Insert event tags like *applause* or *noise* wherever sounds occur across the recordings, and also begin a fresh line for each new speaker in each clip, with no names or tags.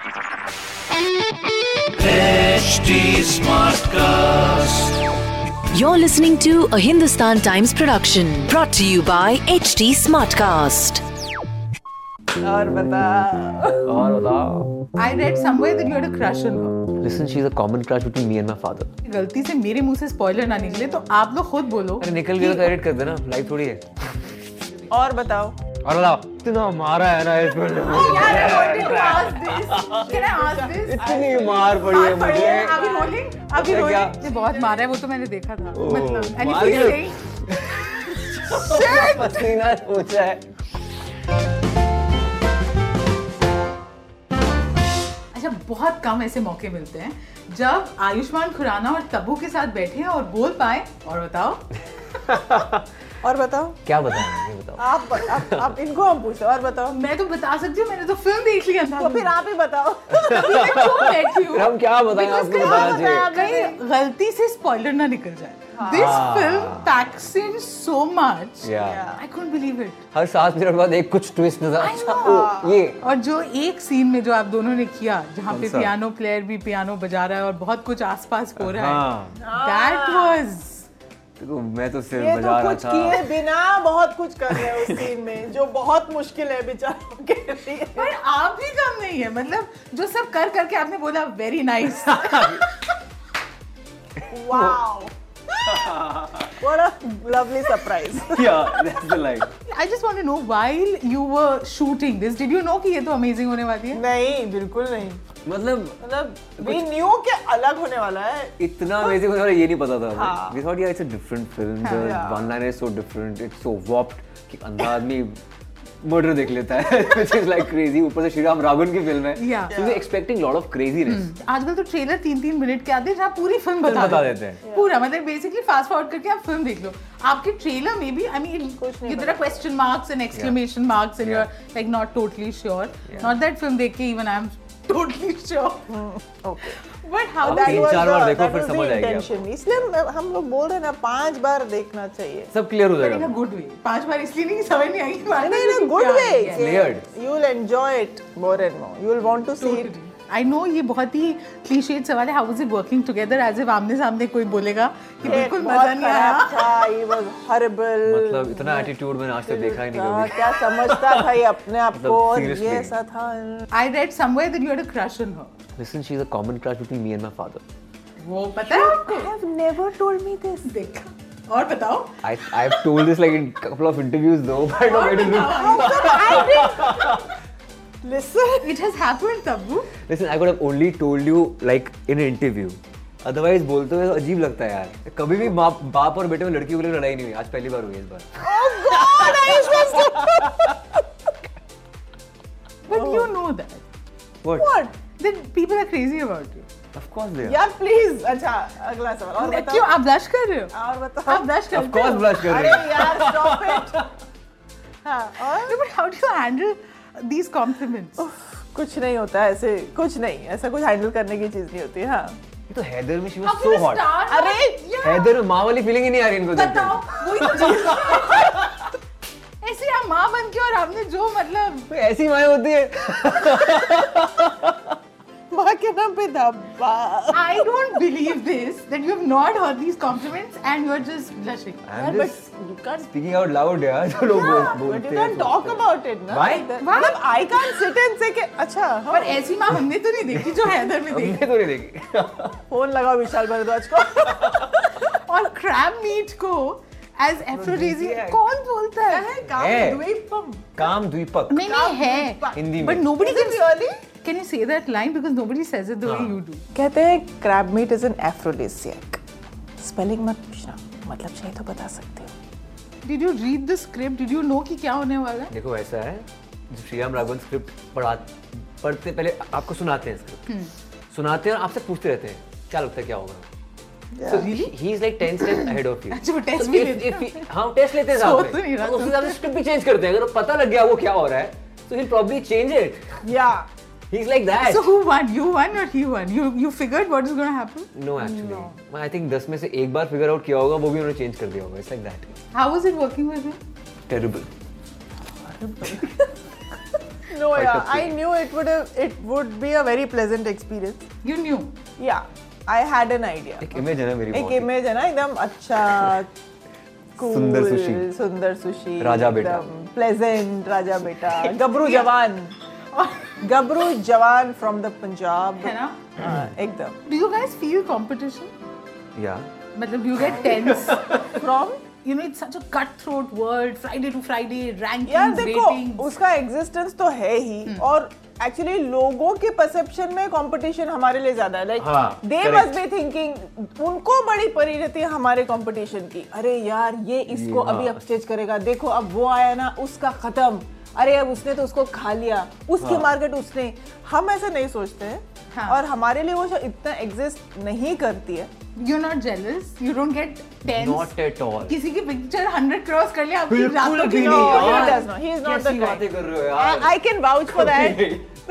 HD Smartcast.
You're listening to a Hindustan Times production brought to you by HT Smartcast.
और बताओ
और बताओ
I read somewhere that you had a crush on her
listen she is a common crush between me and my father अरे
गलती से मेरे मुंह से स्पॉइलर ना निकले तो आप लोग खुद बोलो
निकल गया तो एडिट कर देना लाइव थोड़ी है
और बताओ
और बताओ इतना मारा है ना इसमें
Oh, यार I wanted to ask this can I ask this
इतनी मार पड़ी है मुझे
अभी रोलिंग अभी
अच्छा, क्या? Oh,
रोलिंग ये बहुत मारा है वो तो मैंने देखा था मतलब एंड
मार
यू
गया।
सेइंग
पसीना पूछा है
अच्छा बहुत कम ऐसे मौके मिलते हैं जब आयुष्मान खुराना और तब्बू के साथ बैठे हैं और बोल पाए और बताओ
और बताओ
क्या बताऊं ये बताओ
आप आप, आप इनको हम पूछते और बताओ
मैं तो बता सकती हूँ मैंने तो फिल्म देख लिया था
*laughs*
तो फिर आप ही बताओ
तभी मैं क्यों बैठी हूँ?
फिर हम क्या बताएं
Because
आपको
कहीं-
बताना चाहिए।
कहीं गलती से स्पॉइलर ना निकल जाए
हाँ।
This film packs in so much
yeah
I couldn't believe it
हर सात मिनट बाद एक कुछ ट्विस्ट नजर अच्छा ओ ये
और जो एक सीन में जो आप दोनों ने किया जहाँ पे
कौन सा?
पियानो प्लेयर भी पियानो बजा रहा है और बहुत कुछ आसपास हो रहा
हाँ।
है दैट वाज
देखो मैं तो
ये
सिर्फ
तो
बजा रहा
कुछ
था
किए
*laughs*
बिना बहुत कुछ कर रहे हैं उस सीन में जो बहुत मुश्किल है बेचारों के लिए
पर आप भी कम नहीं है मतलब जो सब कर करके आपने बोला very
*laughs*
nice
wow What a lovely surprise.
Yeah that's the life
I just want to know while you were shooting this did you know कि ये तो अमेजिंग होने वाली है
नहीं बिल्कुल नहीं
मतलब
मतलब वी न्यू के अलग होने वाला है
इतना अमेजिंग होने वाला ये नहीं पता था we thought yeah it's a different film the one liner is so different it's so warped कि अंधा आदमी मर्डर देख लेता है *laughs* व्हिच इज लाइक क्रेजी ऊपर से श्रीराम रावण की फिल्म है
Yeah.
So we expecting lot of craziness
आजकल तो ट्रेलर तीन तीन मिनट के आते हैं जहाँ पूरी फिल्म बता,
बता देते हैं।
पूरा मतलब बेसिकली फास्ट फॉरवर्ड करके आप फिल्म देख लो आपके ट्रेलर में भी I mean there are question marks and exclamation marks and you are like not totally sure not that film देख के even I am totally
*laughs*
sure but how
Okay.
That
तीन,
was
चार
the-
बार देखो,
that
फिर
was the
समझ आएगी
intention. इसलिए हम- हम लोग बोल रहे हैं ना पांच बार देखना चाहिए
सब क्लियर हो
इन
जाएगा
अ गुड वे पांच बार इसलिए नहीं समझ नहीं आई
नहीं, नहीं नहीं good way
Layered.
You will enjoy it more and more you will want to see it
I know ये बहुत ही क्लीशेड सवाल है how is it working together as if आमने सामने कोई बोलेगा कि बिल्कुल मजा नहीं आया
ही वाज हॉरिबल
मतलब इतना एटीट्यूड मैंने आज तक देखा ही नहीं कभी मतलब
क्या समझता था ये अपने आप को और
seriously.
ये ऐसा था
I read somewhere that you had a crush on her
Listen, she's a common crush between me and my father.
वो पता है आपको
have never told me this
देखा और बताओ
I, I've told this like in couple of interviews though, *laughs* but I don't want to look.
Listen
it has happened Tabu
Listen, I could have only told you like in an interview. Otherwise बोलते हुए तो अजीब लगता है यार कभी भी बाप बाप और बेटे में लड़की को लेकर लड़ाई नहीं हुई आज पहली बार हुई है इस बार
but you know that
what
what
that people are crazy about you
of course they
यार प्लीज अच्छा अगला सवाल और
क्यों
बताओ
आप ब्लश कर रहे हो
और बताओ
आप ब्लश
ऑफ
करते
कोर्स
हो
ब्लश कर
अरे
रहे हैं
यार स्टॉप इट हाँ और
but how do you handle these compliments
कुछ नहीं होता ऐसे कुछ नहीं ऐसा कुछ हैंडल करने की चीज नहीं होती हाँ
ये तो हैदर में शी वाज सो हॉट
अरे
हैदर में मां वाली फीलिंग ही नहीं आ रही इनको देख
बताओ वही तो चीज़ ऐसे आप माँ बन के और आपने जो मतलब
के ऐसी मां होती है
माँ के नाम पे धब्बा
I don't believe this that you have not heard these compliments and you are just blushing.
I'm just
you can
speaking out loud यार जो लोग बोल-
बट यू
बोलते
कैन टॉक
हैं तो।
अबाउट इट ना
Why?
मतलब I can sit and say के अच्छा हाँ
पर ऐसी माँ हमने तो नहीं देखी जो हैदर में देखी
हमने तो नहीं देखी *laughs*
फोन लगाओ विशाल भारद्वाज को
और क्रैब मीट को एज एफ्रोडीजिया
Aphrodisiac.
कौन बोलता है
है।
द्वीपम
काम द्वीपक
नहीं नहीं है
हिंदी
बट
में
nobody
Is it really?
Can you say that line because nobody says it the
हाँ।
वे यू डू
कहते हैं crab meat is an aphrodisiac spelling मत पूछना मतलब चाहिए तो बता सकते हो
did you read the script did you know कि क्या होने वाला है
देखो ऐसा है जब श्रीराम राघवन स्क्रिप्ट पढ़ा पढ़ते पहले आपको सुनाते हैं
हम्म।
स्क्रिप्ट सुनाते हैं और आपसे पूछते रहते हैं क्या लगता है क्या होगा so he is like 10 step ahead of you
*laughs* अच्छा, वो test भी लेते
हां टेस्ट हाँ, लेते हैं
सो
साथ
तो नहीं
में
रहा
और उसके हिसाब से स्क्रिप्ट भी चेंज करते हैं अगर पता लग गया वो क्या हो रहा है तो so he probably change it
Yeah.
He is like that
So who won? You won or he won? You you figured what is going to happen?
No actually I think 10 में से एक बार फिगर आउट किया होगा वो भी उन्होंने change कर दिया होगा it's like that
How was it working with him?
Terrible
No, yeah,
up
I knew it would have, it would be a very pleasant experience.
You
*laughs*
knew.
Yeah, I had an idea.
एक image है ना मेरी
एक
बहुत ही।
Image है ना एकदम अच्छा
*laughs*
cool,
सुंदर सुशी।
सुंदर सुशी
राजा बेटा।
प्लेजेंट राजा बेटा
*laughs*
गबरू जवान गबरू जवान फ्रॉम द पंजाब
है ना?
हाँ, एकदम
Do you guys feel competition?
या
मतलब do you get
*laughs*
tense from? You know, it's such a cutthroat world. Friday to Friday, rankings,
यार देखो
ratings. Hmm.
उसका एग्जिस्टेंस तो है ही और एक्चुअली लोगों के परसेप्शन में कंपटीशन हमारे लिए ज्यादा है लाइक
हाँ,
they
correct.
Must be thinking उनको बड़ी परी रहती है हमारे कंपटीशन की अरे यार ये इसको
हाँ.
अभी अपस्टेज करेगा देखो अब वो आया ना उसका खत्म अरे अब उसने तो उसको खा लिया उसकी
हाँ।
मार्केट उसने हम ऐसा नहीं सोचते हैं
हाँ.
और हमारे लिए वो शायद इतना एग्जिस्ट नहीं करती है
You're not jealous. You don't get tense.
Not at all
किसी की पिक्चर 100 क्रॉस कर ले आपकी
बिल्कुल
रातों की
भी
नींद
नहीं,
उड़
यार।
जाती है।
does not. He is not
कैसी
the
बातें कर रहे हो
I,
यार
I can vouch for that.
*laughs*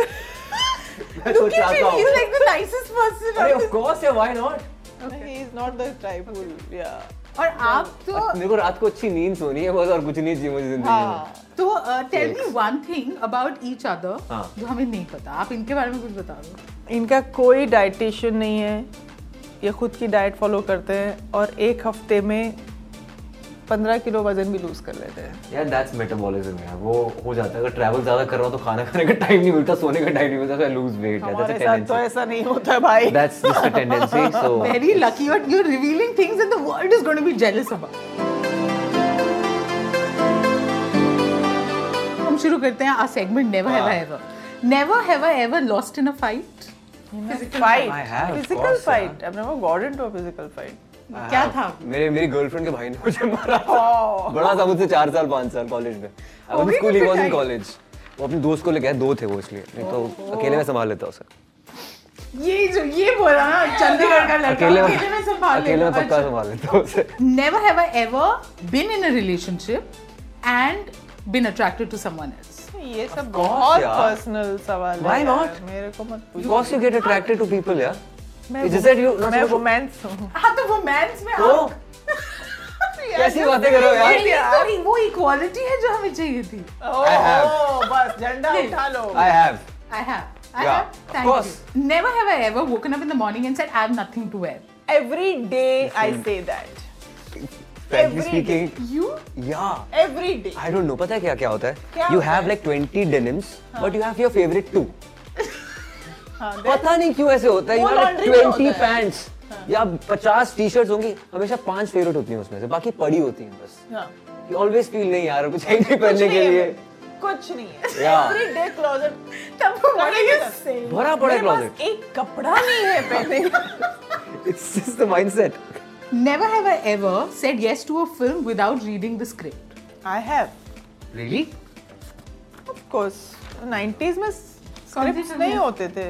मैं
Look
सोचा
at him.
था
He's like the nicest person.
अरे
on
ऑफ
this-
कोर्स है why not
He is not the type who, yeah.
और आप तो
मेरे को रात को अच्छी नींद सोनी है बस और कुछ नहीं चाहिए मुझे जिंदगी में
तो tell me one thing about each other
हाँ।
जो हमें नहीं पता आप इनके बारे में कुछ बता दो
इनका कोई डाइटिशियन नहीं है ये खुद की डाइट फॉलो करते हैं और एक हफ्ते में पंद्रह किलो वजन भी लूज कर लेते हैं
यार दैट्स मेटाबॉलिज्म यार वो हो जाता है अगर ट्रैवल ज्यादा कर रहा हूं तो खाना खाने का टाइम नहीं मिलता सोने का टाइम नहीं मिलता लूज वेट
हमारे साथ तो ऐसा नहीं होता है भाई
that's just a tendency so
*laughs* very lucky और you revealing things that the world is going to be jealous about हम शुरू करते हैं आवर सेगमेंट नेवर हैव
हाँ।
I ever never have I ever lost in a fight
fight
I have, of
physical
course,
fight I never got into a physical fight
क्या था
मेरे मेरी girlfriend के भाई ने मुझे मारा था। बड़ा था मुझसे चार साल पाँच साल कॉलेज में आई वाज
भी
स्कूल ही
कितने
वाज इन
टाइम?
कॉलेज वो अपने दोस्त को लेके आया दो थे वो इसलिए नहीं तो अकेले में संभाल लेता उसे
ये जो ये बोला ना चंडीगढ़ का लड़का
अकेले में
अकेले में संभाल अच्छा।
अकेले में पक्का संभाल लेता उसे
never have I ever been in a relationship and been attracted to someone else
ये सब बहुत
यार।
पर्सनल सवाल है
Why
यार,
not?
मेरे को मत
Of course you get attracted to people, yeah. It's just that you
पूछो
not
मैं
supposed-
रोमांस हूँ
हाँ तो वो मैंस में
तो
आप
कैसी बातें कर रहे हो यार?
यार वो इक्वालिटी है जो हमें चाहिए थी
I have,
ओ, Oh, बस झंडा उठा लो
I have.
I have I
Yeah,
have
of course.
Thank you never have I ever woken up in the morning and said I have nothing to wear
every day I say that
Frankly
Every
speaking,
you
yeah.
Every day
I don't know. पता है क्या क्या होता है?
क्या
You
होता हाँ।
have like 20 denims, but you have your favorite
*laughs*
two. पता नहीं क्यों ऐसे होता है You
वो
have like
laundry में
20
होता हाँ।
pants या 50 टी शर्ट होंगी हमेशा पांच फेवरेट होती हैं उसमें से बाकी पड़ी होती हैं
हाँ।
बस यू ऑलवेज फील नहीं यार कुछ है ही नहीं पहनने के लिए
कुछ नहीं है
Yeah.
एवरी डे क्लोजेट
तब वो बोले यू से
भरा पड़ा क्लोजेट
एक कपड़ा नहीं है पहने *laughs*
it's just the mindset
never have I ever said yes to a film without reading the script
I have
really
of course 90s में स्क्रिप्ट्स
film
नहीं
है?
होते थे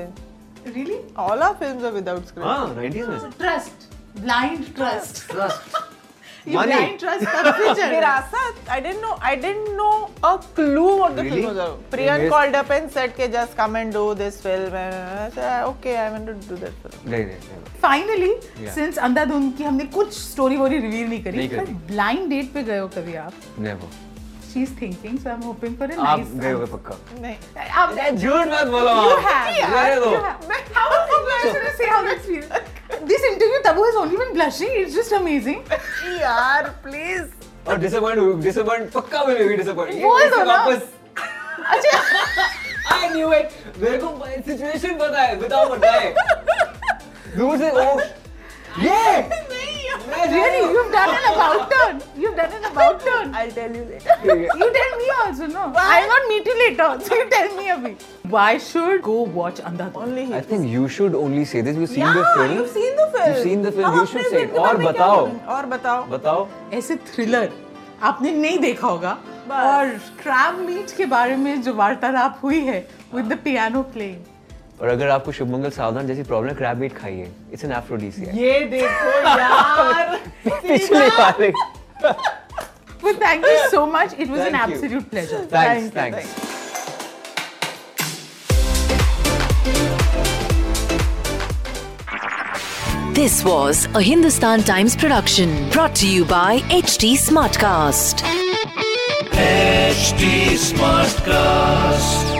really
all our films are without script
हां 90s में
trust blind trust
trust
*laughs* ये
Money.
Blind trust कब से
*laughs*
चल रहा है
Virasat I didn't know I didn't know a clue what the
Really?
Film was Priyan
Yes.
Called up and said के just come and do this film okay I want to do that film
नहीं नहीं नहीं।
Finally
Yeah.
Since अंधाधुन की हमने कुछ story वोरी reveal नहीं करी
नहीं करी।
ब्लाइंड डेट पे गए हो कभी आप
Never.
She is thinking so I am hoping for a
आप
नाइस
गए होगे पक्का
*laughs* नहीं
आप
झूठ मत बोलो तो-
You have.
रहने
You have. How are
do
you guys going to say how that feels? This interview, Tabu has only been blushing. It's just amazing.
यार प्लीज
और डिसअपॉइंट हुई डिसअपॉइंट पक्का मिलेगी डिसअपॉइंट
वो तो ना। अच्छा।
वापस *laughs* आई न्यू इट मेरे को सिचुएशन पता है बताओ बताए दूर से oh. ओ ये मैं
Really,
really
you've done an about turn. You've done an about turn.
I tell you letter
You tell me also, no? I'll not meet you later. So you tell me a bit. Why should go watch Andhadhun?
Only
I think you should only say this. You've seen the film.
you've seen the film.
You've seen the film.
अब
You
अपने
should say
film
it.
के
और
बारे में क्या
बताओ
बोलेंगे? और बताओ
बताओ
ऐसे थ्रिलर आपने नहीं देखा होगा और क्रैब मीट के बारे में जो वार्तालाप हुई है विद द पियानो प्लेइंग
और अगर आपको शुभमंगल सावधान जैसी प्रॉब्लम है क्रैब मीट खाइए इट्स एन एफ्रोडीसिया
ये देखो
*laughs*
यार
पिछले वाले
Well, thank
*laughs*
you so much. It was an
Thank you.
absolute pleasure.
Thanks thanks
This was a Hindustan Times production brought to you by HT Smartcast.
HD Smartcast.